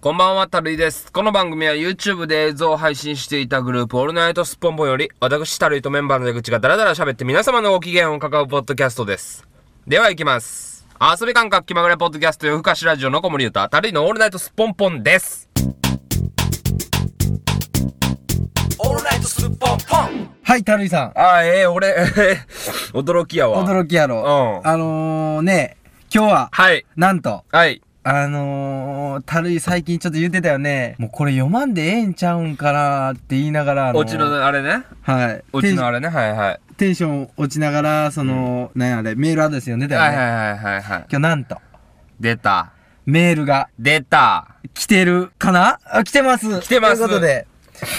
こんばんは、たるいです。この番組は YouTube で映像を配信していたグループ、オールナイトスッポンポンより、私、たるいとメンバーの出口がダラダラ喋って皆様のご機嫌を伺うポッドキャストです。では行きます。遊び感覚気まぐれポッドキャスト、夜更かしラジオの小森ゆうた、たるいのオールナイトスッポンポンです。オールナイトスッポンポンはい、たるいさん。あー、ええ俺、驚きやわ。驚きやろ。うんあのー、ね、今日は、はい。なんと、はい。あのー、たるい最近ちょっと言ってたよね。もうこれ読まんでええんちゃうんかなーって言いながら、あのーオチのあれね。はい。オテチンのショあンれね。はいはい。テンション落ちながら、その、なんやあれ、メールアドレス読んでたよはいね。はいはいはいはい。今日なんと、出た。メールが出た。来てるかなあ来てます。来てますということで、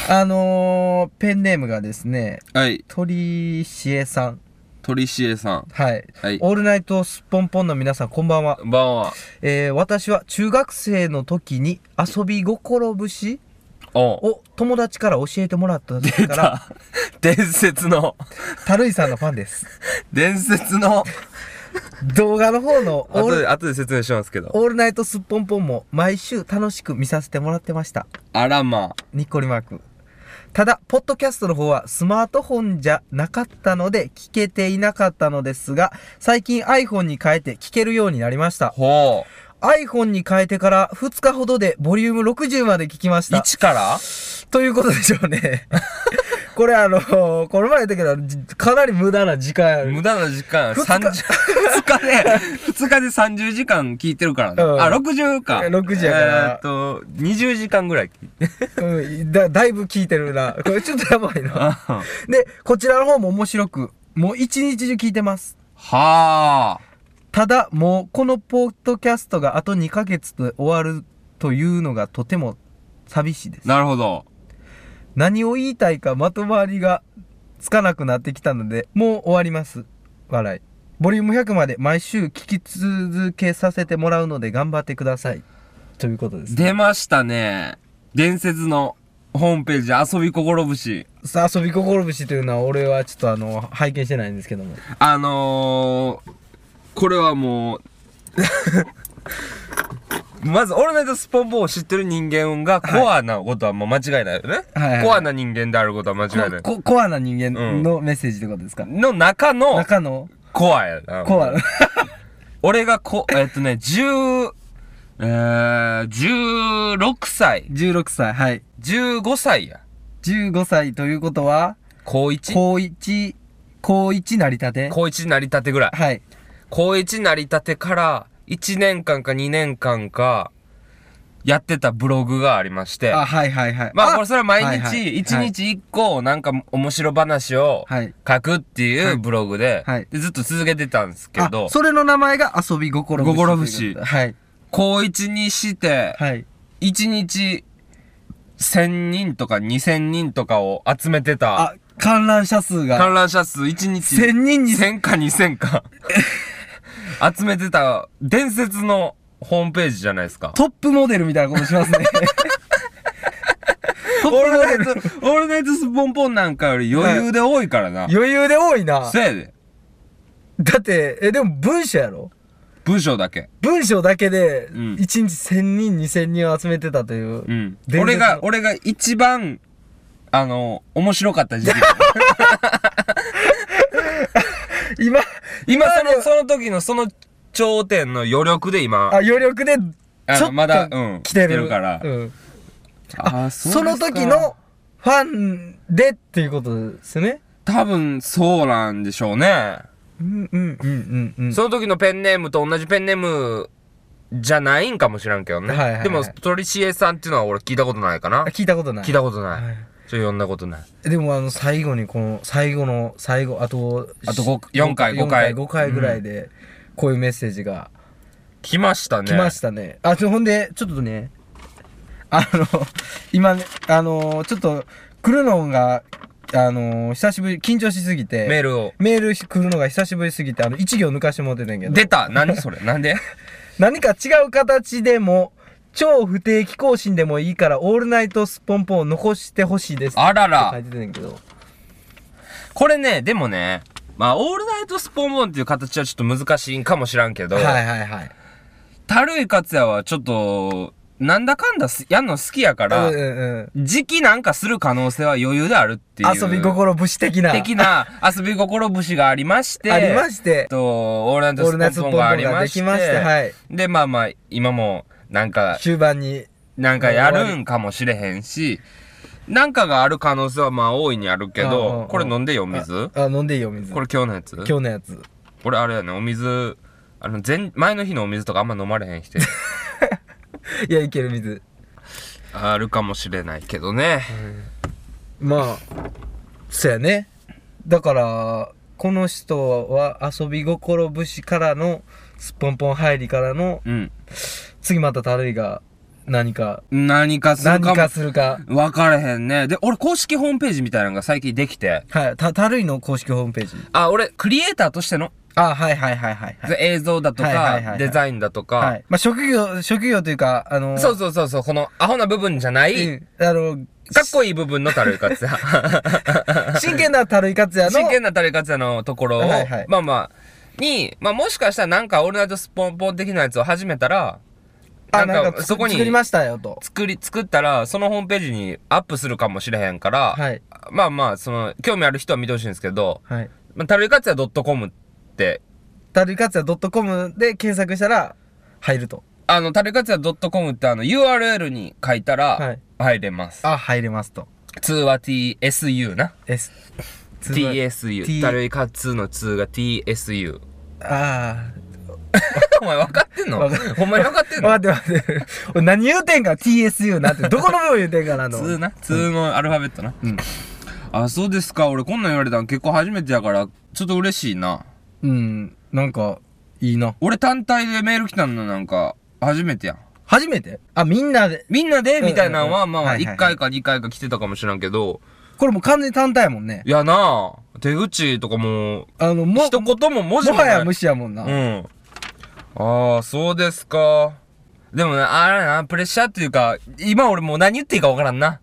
あのー、ペンネームがですね、はい。鳥しえさん。鳥しえさん。はい。はいオールナイトスッポンポンの皆さん、こんばんは。こんばんは。えー私は中学生の時に遊び心節おを友達から教えてもらった時から、伝説の、たるいさんのファンです。伝説の、動画の方のオー後ルで、後で説明しますけど。オールナイトスッポンポンも毎週楽しく見させてもらってました。あらま。にっこりマーク。ただ、ポッドキャストの方はスマートフォンじゃなかったので聞けていなかったのですが、最近 iPhone に変えて聞けるようになりました。ほ iPhone に変えてから2日ほどでボリューム60まで聞きましう。た。一からということでしょうね。 これあのこの前言ったけど、じかなり無駄な時間や無る。駄な時間、二日三十、二日で、二日で30時間聞いてるからね。うんあ、60か。 60やからえーっと、20時間ぐらい聞いて。うん、だだいぶ聞いてるな。これちょっとやばいな。はで、こちらの方も面白く、もう一日中聞いてます。あ。ただ、もうこのポッドキャストがあと2ヶ月で終わるというのがとても寂しいです。なるほど。何を言いたいかまとまりがつかなくなってきたので、もう終わります。笑い。ボリューム100まで毎週聞き続けさせてもらうので頑張ってください。ということです。出ましたね。伝説のホームページ、遊び心節。さあ、遊び心節というのは俺はちょっとあの、拝見してないんですけども。あのー、これはもう まず「オールナイトスッポンポン」を知ってる人間がコアなことはもう間違いないよね、はいはいコアな人間であることは間違いないここコアな人間のメッセージってことですか、の中の中のコアやな コア。俺がこ えっとね10えー、16歳16歳、はい。 15歳や15歳ということは、高1高1、高1なりたて高1なりたてぐらいはい。高1なりたてから1年間か2年間かやってたブログがありましてあ、はいはいはい。まあ、これそれは毎はいはい日、一日一個、なんか面白話をはい書くっていはういブログではい、でずっと続けてたんですけどあ、それの名前が遊び心節心節はい。高一にして、はい。一日、1000人とか2000人とかを集めてた、あ、観覧者数が観覧者数一日、 1000人に、 1000か2000か、 集めてた伝説のホームページじゃないですか。トップモデルみたいなこと しますね。オールナイト、オールナイトスポンポンなんかより余裕で多いからな。余裕で多いな。せいで、だって、え、でも文章やろ文章だけ。文章だけで、うん1日1000人、2000人を集めてたという。うん。伝説の俺が、俺が一番、あの、面白か った時期。今、今そあの、のその時のその頂点の余力で今、あ、余力で、あちのょっとまだ、うん、来てる。来から。うんあーその時、うですかの、ファンでっていうことですね。多分そうなんでしょうね。うんうんうんうんうん。その時のペンネームと同じペンネーム、じゃないんかもしらんけどね。はいはいはいでも、鳥しえさんっていうのは俺聞いたことないかなあ。聞いたことない。聞いたことない。はいちょ、呼んだことない。でもあの最後にこの最後の最後あとあとご四回四五回5回ぐらいでこういうメッセージが来ましたね。来ましたねあちょほんでちょっとねあの今ねあのちょっと来るのがあの久しぶり緊張しすぎてメールを。メール来るのが久しぶりすぎてあの一行抜かしてもらってたんやけど出た何それなんで何か違う形でも超不定期更新でもいいからオールナイトスポンポンを残してほしいですってあらら書い。てたんやけどこれね、でもね、まあ、オールナイトスポンボンっていう形はちょっと難しいんかもしらんけど、はいはいはいたるい勝也はちょっと、なんだかんだすやんの好きやかうんら、うん時期なんかする可能性は余裕であるっていう。うん。遊び心節的な。的な遊び心節がありまして、ありましして。と、オールナイオールナトイストポスポンンポンポンがあがりでまして、きまして、はい。で、まあまあ、今も、なんか、終盤に。なんかやるんかもしれへんし、なんかがある可能性はまあ大いにあるけうんうんうどん、これ飲んでよ、お水あ、飲んでいいよ、水。これ今日のやつ今日のやつ。俺あれやね、お水、あの、前、前の日のお水とかあんま飲まれへん人 やいや、いける、水。あるかもしれないけどね。まあ、そうやね。だから、この人は遊び心節からの、すっぽんぽん入りからの、うん。次またたるいが何か、何かする何かもかするか。分かれへんね。で、俺公式ホームページみたいなのが最近できて、はい。た、たるいの公式ホームページ。あ、俺、クリエイターとしての、あ、はいはいはいはい、はい。映像だとはいはいはいはか、いデザインだとはか、い。まあ、職業、職業というか、あの、そうそうそうそう、このアホな部分じゃなうい、んあの、かっこいい部分のたるいかつ や。 真剣なたるい活やの、真剣なたるいかつやのところを、はいはいまあまあ、に、まあもしかしたらなんかオールナイトスポンポン的なやつを始めたら、あ、なんかなんか、そこに作りましたよと。作り、作ったら、そのホームページにアップするかもしれへんから、はい。まあまあ、その、興味ある人は見てほしいんですけど、はい。まあ、たるいかつや .com って、たるい活や .com で検索したら、入ると。あの、たるいかつや .com ってあの URL に書いたはらい、入れます。あ、入れますと。通話 TSU な。 S。 TSU。 T- たるいかつの通が TSU。あ お前分かってんのわかほんまに分かってあ。んの待って待って。俺何言うてんか、TSU なんて。どこの部分言うてんかなの。通な。通のアルファベットな。あ、そうですか。俺こんなん言われたん結構初めてやから、ちょっと嬉しいな。うん。なんか、いいな。俺単体でメール来たのなんか、初めてやん。初めてあ、みんなで。みんなで、うんみたいなのは、うんまあまあ、はいはい1回か2回か来てたかもしらんけど、これもう完全に単体やもんね。いやなあ手口とかも、あの、も、一言も文字ももな。はいや無視やもんな。うん。ああ、そうですか。でもね、あれやな、プレッシャーっていうか、今俺もう何言っていいかわからんな。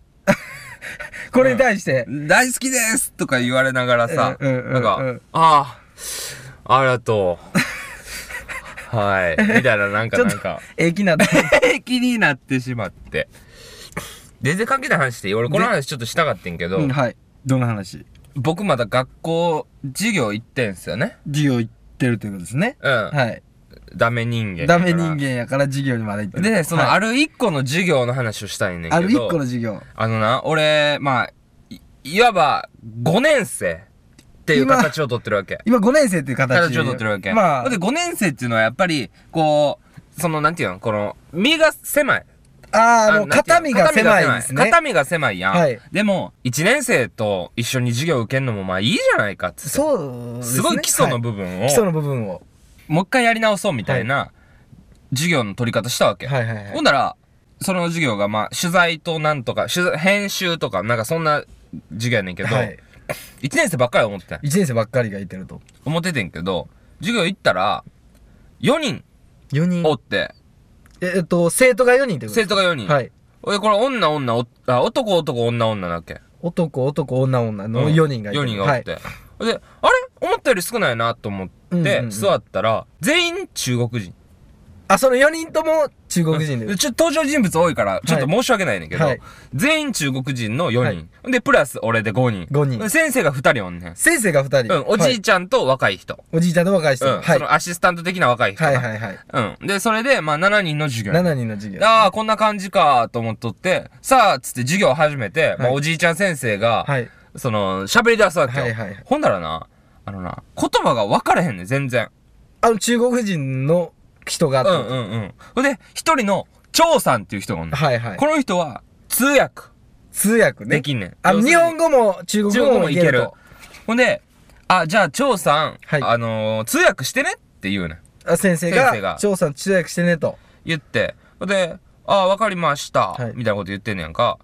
これに対して、大好きですとか言われながらさ、うんうんうんうんなんか、ああ、ありがとう。 はい。みたいな、なんか、ちょっなとんか、ええ気にな って。気になってしまって。全然関係ない話していい俺この話ちょっとしたかってんけど、うん、はい。どんな話僕まだ学校、授業行ってんすよね。授業行ってるということですね。うん。はい。ダメ人間やから。ダメ人間やから授業にまだ行ってる。で、その、はいある一個の授業の話をしたいねんけど。ある一個の授業。あのな、俺、まあ、いいわば、5年生っていう今形を取ってるわけ。今5年生っていう形形を取ってるわけ。まあで、、5年生っていうのはやっぱり、こう、その、なんていうのこの、身が狭い。あーあなの、んていうの肩身が狭いですね。肩身が狭いやん。はいでも、1年生と一緒に授業受けるのもまあいいじゃないかっつって。そうですね。すごい基礎のはい部分を、基礎の部分を。もう一回やり直そうみたいな、授業の取り方したわけ。はいはいはいほん。なら、その授業が、まあ、取材となんとか、取材編集とか、なんかそんな授業やねんけど、はい。 1年生ばっかり思ってたん1年生ばっかりが行ってると。思っててんけど、授業行ったら、4人4人お。って、ええっと、生徒が4人ってこと生です徒が4人。はい。俺、これ女女お、あ、男男女女なわけ。男、男、女、女のうん4人がいて4る。人がおって。で、あれ思ったより少ないなと思っうんうんうて、ん座ったら、全員中国人。あ、その4人とも中国人でちょっと登場人物多いから、ちょっと申し訳ないねんけど、はい全員中国人の4人。で、プラス俺で5人。 5人先生が2人おんねん。先生が2人。うん、おじはいちゃんと若い人。おじいちゃんと若い人。うん、はいそ。のアシスタント的な若い人な。はいはいはい。うん。で、それで、まあ、7人の授業。 7人の授業。ああ、こんな感じかと思っとって、さあ、つって授業始めて、まあ、はいおじいちゃん先生が、はい。その、喋り出すわけよ。はいはいほんならな、あのな、言葉が分からへんねん、全然。あの、中国人の人があっうたんうんうん。ほんで、一人の、張さんっていう人がおんねん。はいはい。この人は、通訳通訳ね。できんねん。あ、要するに日本語も中国中語国ももいいけけるると。。ほんで、あ、じゃあ、張さん、はいあのー通訳してねって言うねん。あ先生先生がが、張さん通訳してねと。言って、で、ああ、わかりました、はいみたいなこと言ってんねやんか。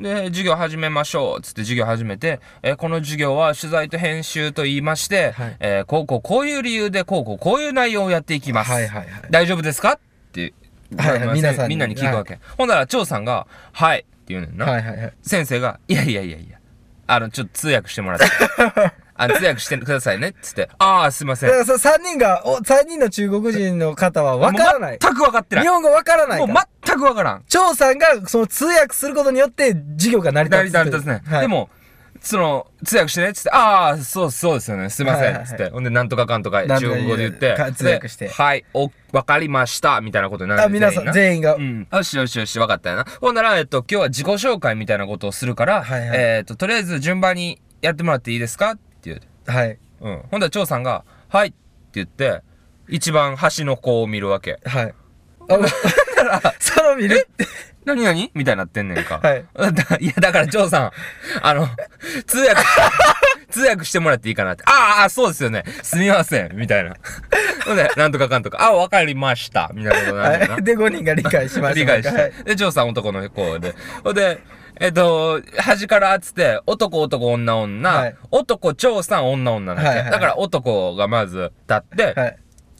で、授業始めましょう、つって授業始めて、えーこの授業は取材と編集と言いまして、はいえーこうこうこういう理由で、こうこうこういう内容をやっていきます。はいはいはい大丈夫ですかって、はいはいまあ皆さんにみんなに聞くわけ。ほんなら、張さんが、はい、って言うねんな。はいはいはい。 先生が、いやいやいやいや、あの、ちょっと通訳してもらって。あの通訳してくださいね、っつって。ああ、すいませだんか。らさ、3人が、お、3人の中国人の方はわからない。もう全く分かってない。日本語わからないもかうら。全く分からん。張さんが、その通訳することによって、事業が成り成立りつ。立つね、はいで、もその通訳してねっつって「ああそうそうですよねすいません」はいはいはいつってほんで「なんとかかんとか」なん中とか国語で言ってか通訳してではいおわかりました」みたいなことになるあ、皆さん、員全員がなう、ん、よしよしよし分かったよなほんなら、えっと、今日は自己紹介みたいなことをするから、はいはいえっととりあえず順番にやってもらっていいですかって言う、はい。うん、ほんだら張さんが「はい」って言って一番端の子を見るわけはい。あ、その見るって。何何みたいになってんねんか。はいだ。 いや、だから、ジョーさん、あの、通訳、 通訳してもらっていいかなって。ああああ、そうですよね。すみません。みたいな。ほんで、なんとかかんとか。ああ、わかりました。みたいなことになるんだよはい。で、5人が理解しな。まし た。理解しはいて。で、ジョーさん男の子で。ほんで、えっと、端からっつって、男男女女、はい男ジョーさん女女なんだ、はいはいだから男がまず立って、はい。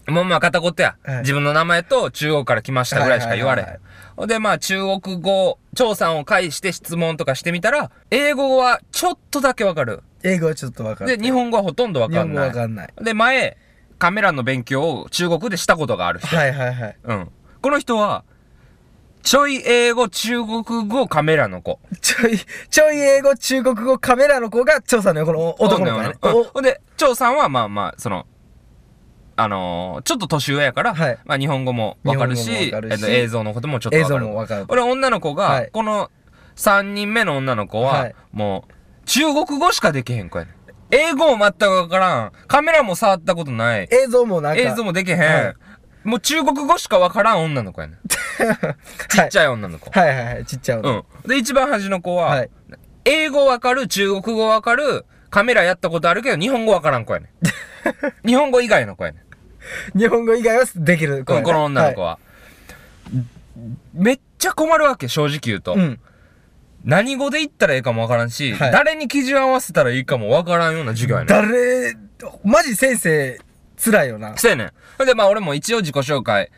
もうまあ片言や、はい自分の名前と中国から来ましたぐらいしか言われへん。はいはいほんでまあ中国語、張さんを介して質問とかしてみたら、英語はちょっとだけわかる。英語はちょっとわかる。で、日本語はほとんどわ日か本ん語なわい。かんない。で、前、カメラの勉強を中国でしたことがある人。はいはいはい。うん。この人は、ちょい英語、中国語、カメラの子。ちょい、ちょい英語、中国語、カメラの子が、張さんのこの男の子やね。うんおほんで、張さんはまあまあ、その、あのーちょっと年上やから、はいまあ日本語もわかるし、日本語もわかるしえっと映像のこともちょっと映わか像るもわかる。俺女の子が、はいこの3人目の女の子は、はいもう中国語しかできへん子やねん英語も全くわからんカメラも触ったことない映像もなんか、映像も、もできへん、はいもう中国語しかわからん女の子やねんちっちゃい女の子、はいはいはい、ちっちゃいの。うんで一番端の子は、はい。英語わかる中国語わかるカメラやったことあるけど日本語わからん子やねん 日本語以外の子やねん日本語以外はできる子やこね。の女の子は、めっちゃ困るわけ正直言うと、はい。うん。何語で言ったらいいかもわからんし、はい誰に基準合わせたらいいかもわからんような授業やねん。誰、マジ先生、辛いよな。そうやねん。ほんで、まあ俺も一応自己紹介、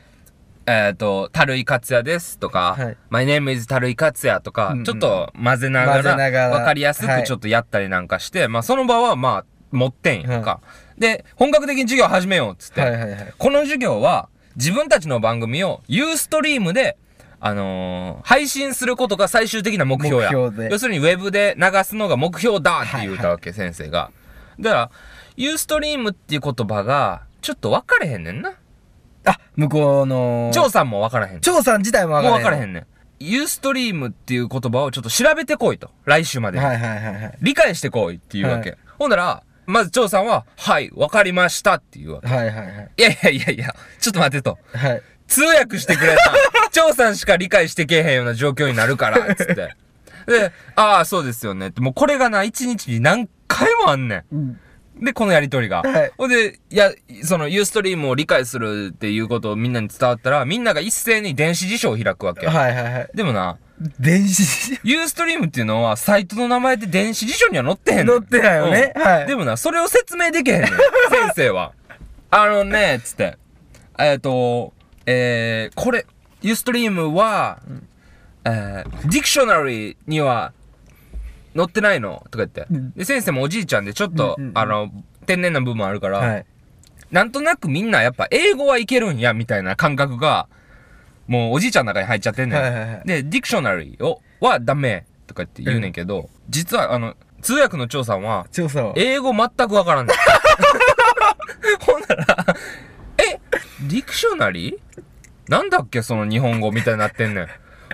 えっ、と、たるいかつやですとか、はい My name is たるいかつやとか、うんうんちょっと混ぜなが混ぜながら、らわかりやすはくいちょっとやったりなんかして、まあその場はまあ持ってんやんか。で、本格的に授業始めようっつって、はいはいはい。この授業は自分たちの番組をユーストリームで、あのー配信することが最終的な目標や。目標で要するにウェブで流すのが目標だって言うたわけ、先生が。だから、ユーストリームっていう言葉が、ちょっと分かれへんねんな。あ、向こうの、張さんも分からへん。も張さん自体もうわから分からへん。んねん。ユーストリームっていう言葉をちょっと調べてこいと。来週までに。はいはいはいはい。理解してこいっていうわけ。ほんなら、まず張さんは、はい、分かりましたっていうわけ。はいはいはい。いやいやいやいや、ちょっと待ってと。はい。通訳してくれた。張さんしか理解してけえへんような状況になるから、つって。で、ああ、そうですよねって。もうこれがな、一日に何回もあんねうんん。で、このやりとりが。はいほんで、いや、その、ユーストリームを理解するっていうことをみんなに伝わったら、みんなが一斉に電子辞書を開くわけ。はいはいはい。でもな、電子、ユーストリームっていうのは、サイトの名前で電子辞書には載ってへんねん。載ってないよねうんはいでもな、それを説明できへ んねん。先生は。あのね、つって。えっ、と、えー、これ、ユーストリームは、えー、ディクショナリーには載ってないのとか言って。うんで、先生もおじいちゃんで、ちょっと、うんうんうんあの、天然な部分あるから、はい。なんとなくみんなやっぱ英語はいけるんや、みたいな感覚が、もうおじいちゃんの中に入っちゃってんねん。はいはいはいで、ディクショナリーを、はダメとかって言うねんけど、実はあの、通訳の張さんは、張さんは。英語全くわからんねん。 ほんなら、え、ディクショナリーなんだっけその日本語みたいになってんねん。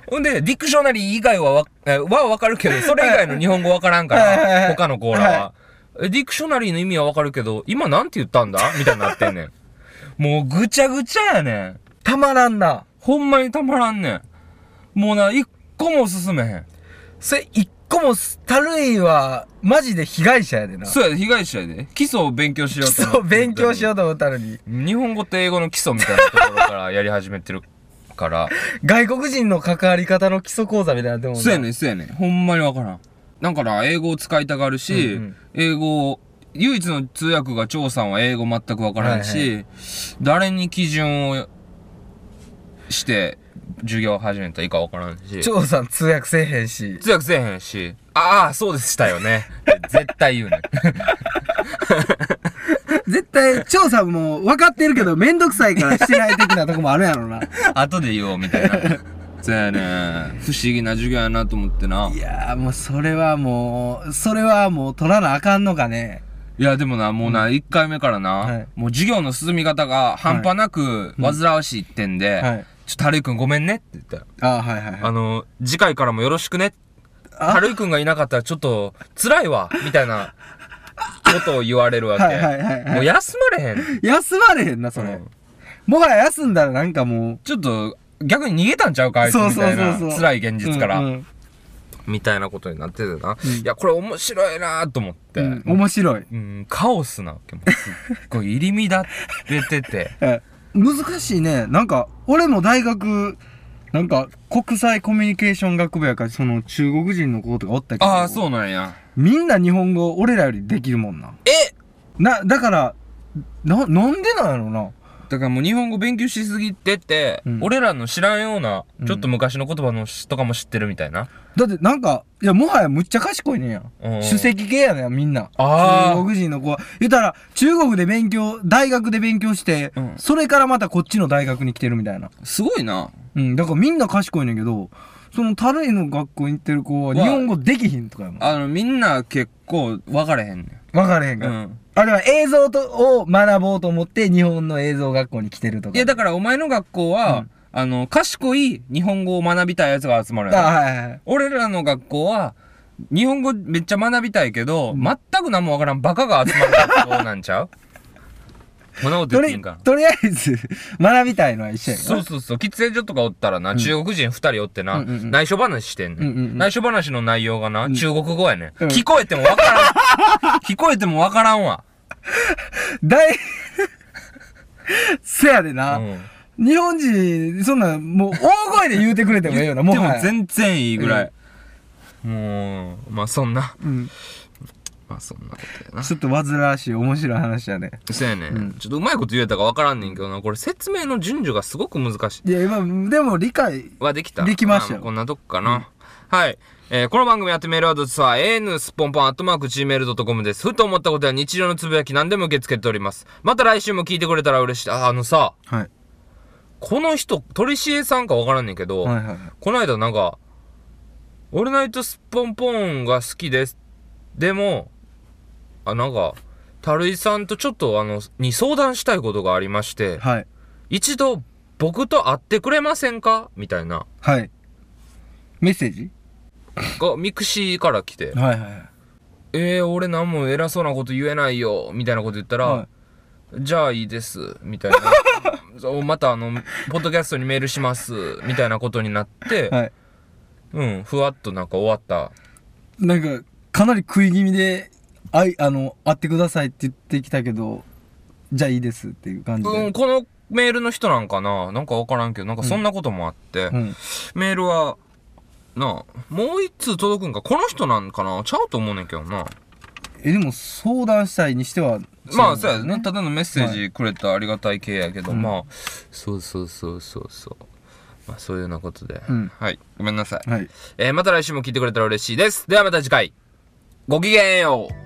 ほんで、ディクショナリー以外はわ、えはわかるけど、それ以外の日本語わからんかはいはいはら、い他のコーラは。えディクショナリーの意味はわかるけど、今なんて言ったんだみたいになってんねん。 もうぐちゃぐちゃやねん。たまらんな。ほんまにたまらんねん。もうな、一個も進めへん。それ、一個もす、たるいは、マジで被害者やでな。そうやで、被害者やで。基礎を勉強しようと思ってそう、勉強しようと思ったのに。日本語と英語の基礎みたいなところから やり始めてるから。外国人の関わり方の基礎講座みたいになってもんなそうやねん、そうやねん。ほんまにわからん。だから、英語を使いたがるし、うんうん英語を、唯一の通訳が張さんは英語全くわからんし、はい誰に基準をして授業を始めたらいいかわからんし、張さん通訳せえへんし。通訳せえへんし、ああ、そうでしたよね。って絶対言うねん。絶対、調査も分かってるけど、めんどくさいからしてない的なとこもあるや ろな。 後で言おうみたいなそうやね不思議な授業やなと思ってないやーもうそれはもう、それはもう取らなあかんのかね。いやでもなもうな、一1回目からな、はいもう授業の進み方が半端なく煩わしいってんで、はい。ちょっと春井くんごめんねって言ったよあーはいはいはあの次回からもよろしくねあ春井くんがいなかったらちょっと辛いわみたいなことを言われるわけ、はいはいはいはいもう休まれへん、い。休まれへんな、それ。もはや休んだらなんかもちょっと逆に逃げたんちゃうかあいつそうみそうたそういそうな辛い現う。実から、うんうんみたいなことになっててな、うんいやこれ面白いなと思って、うん面白い。うん、カオスなわけもうすっごい入り乱れててえ難しいねなんか俺も大学なんか国際コミュニケーション学部やからその中国人の子とかおったけ どああそうなんやみんな日本語俺らよりできるもんなえなだからななんでなんやろなだからもう日本語勉強しすぎてて、うん俺らの知らんようなうんちょっと昔の言葉のしとかも知ってるみたいな、だってなんかいやもはやむっちゃ賢いねんやうん首席系やねんみんなあー中国人の子は言ったら中国で勉強大学で勉強して、うんそれからまたこっちの大学に来てるみたいなすごいなうんだからみんな賢いねんけどそのタレの学校に行ってる子は日本語できひんとかやもんあのみんな結構分かれへんね分かれへんん、かうら、ん、あれは映像とを学ぼうと思って日本の映像学校に来てるとかいやだからお前の学校は、うんあの賢い日本語を学びたいやつが集まるやんあはいはいはい俺らの学校は日本語めっちゃ学びたいけど、全く何もわからんバカが集まる学校 なんちゃうそんなこと言っとていいりんかとりあえず学びたいのは一緒やんそうそうそう喫煙所とかおったらな、中国人二人おってな、うんうんうん内緒話してんね、うんうんうん内緒話の内容がな、中国語やね、うんん、聞こえてもわからん 聞こえてもわからんわ、だい せやでな、うん日本人そんなんもう大声で言うてくれてもええよなもではもや全然いいぐらい、もうまあそんなうん、まあそんなことやなちょっと煩わしい面白い話やねそうやね、うんん、ちょっとうまいこと言えたかわからんねんけどなこれ説明の順序がすごく難しいいや今でも理解はできたできましたよあこんなとこかな。はい。えーこの番組やってメールアドレスは an スポンポンアットマーク gmail.com です。ふと思ったことや日常のつぶやき何でも受け付けております。また来週も聞いてくれたら嬉しい。あ、あのさ、はいこの人、鳥しえさんかわからんねんけど、はいはいはいこの間なんか、オールナイトスポンポンが好きです。でも、あ、なんか、たるいさんとちょっとあの、に相談したいことがありまして、はい一度僕と会ってくれませんかみたいな。はいメッセージがミクシーから来てはいはいはい「えー、俺何も偉そうなこと言えないよ」みたいなこと言ったら「はじゃあいいです」み たいなそうまたあのポッドキャストにメールしますみたいなことになって、はいうんふわっとなんか終わったなんか、かなり食い気味で、あい、あの、会ってくださいって言ってきたけど、じゃあいいですっていう感じうでん。このメールの人なんかななんか分からんけどなんかそんなこともあって、うん。メールはなあもう一通届くんかこの人なんかなちゃうと思うねんけどなえ、でも相談したいにしては、まあそうやねただのメッセージくれたありがたい系やけど、うんまあそうそうそうそうそうまあそういうようなことで、うんはいごめんなさい、はい。えーまた来週も聞いてくれたら嬉しいですではまた次回ごきげんよう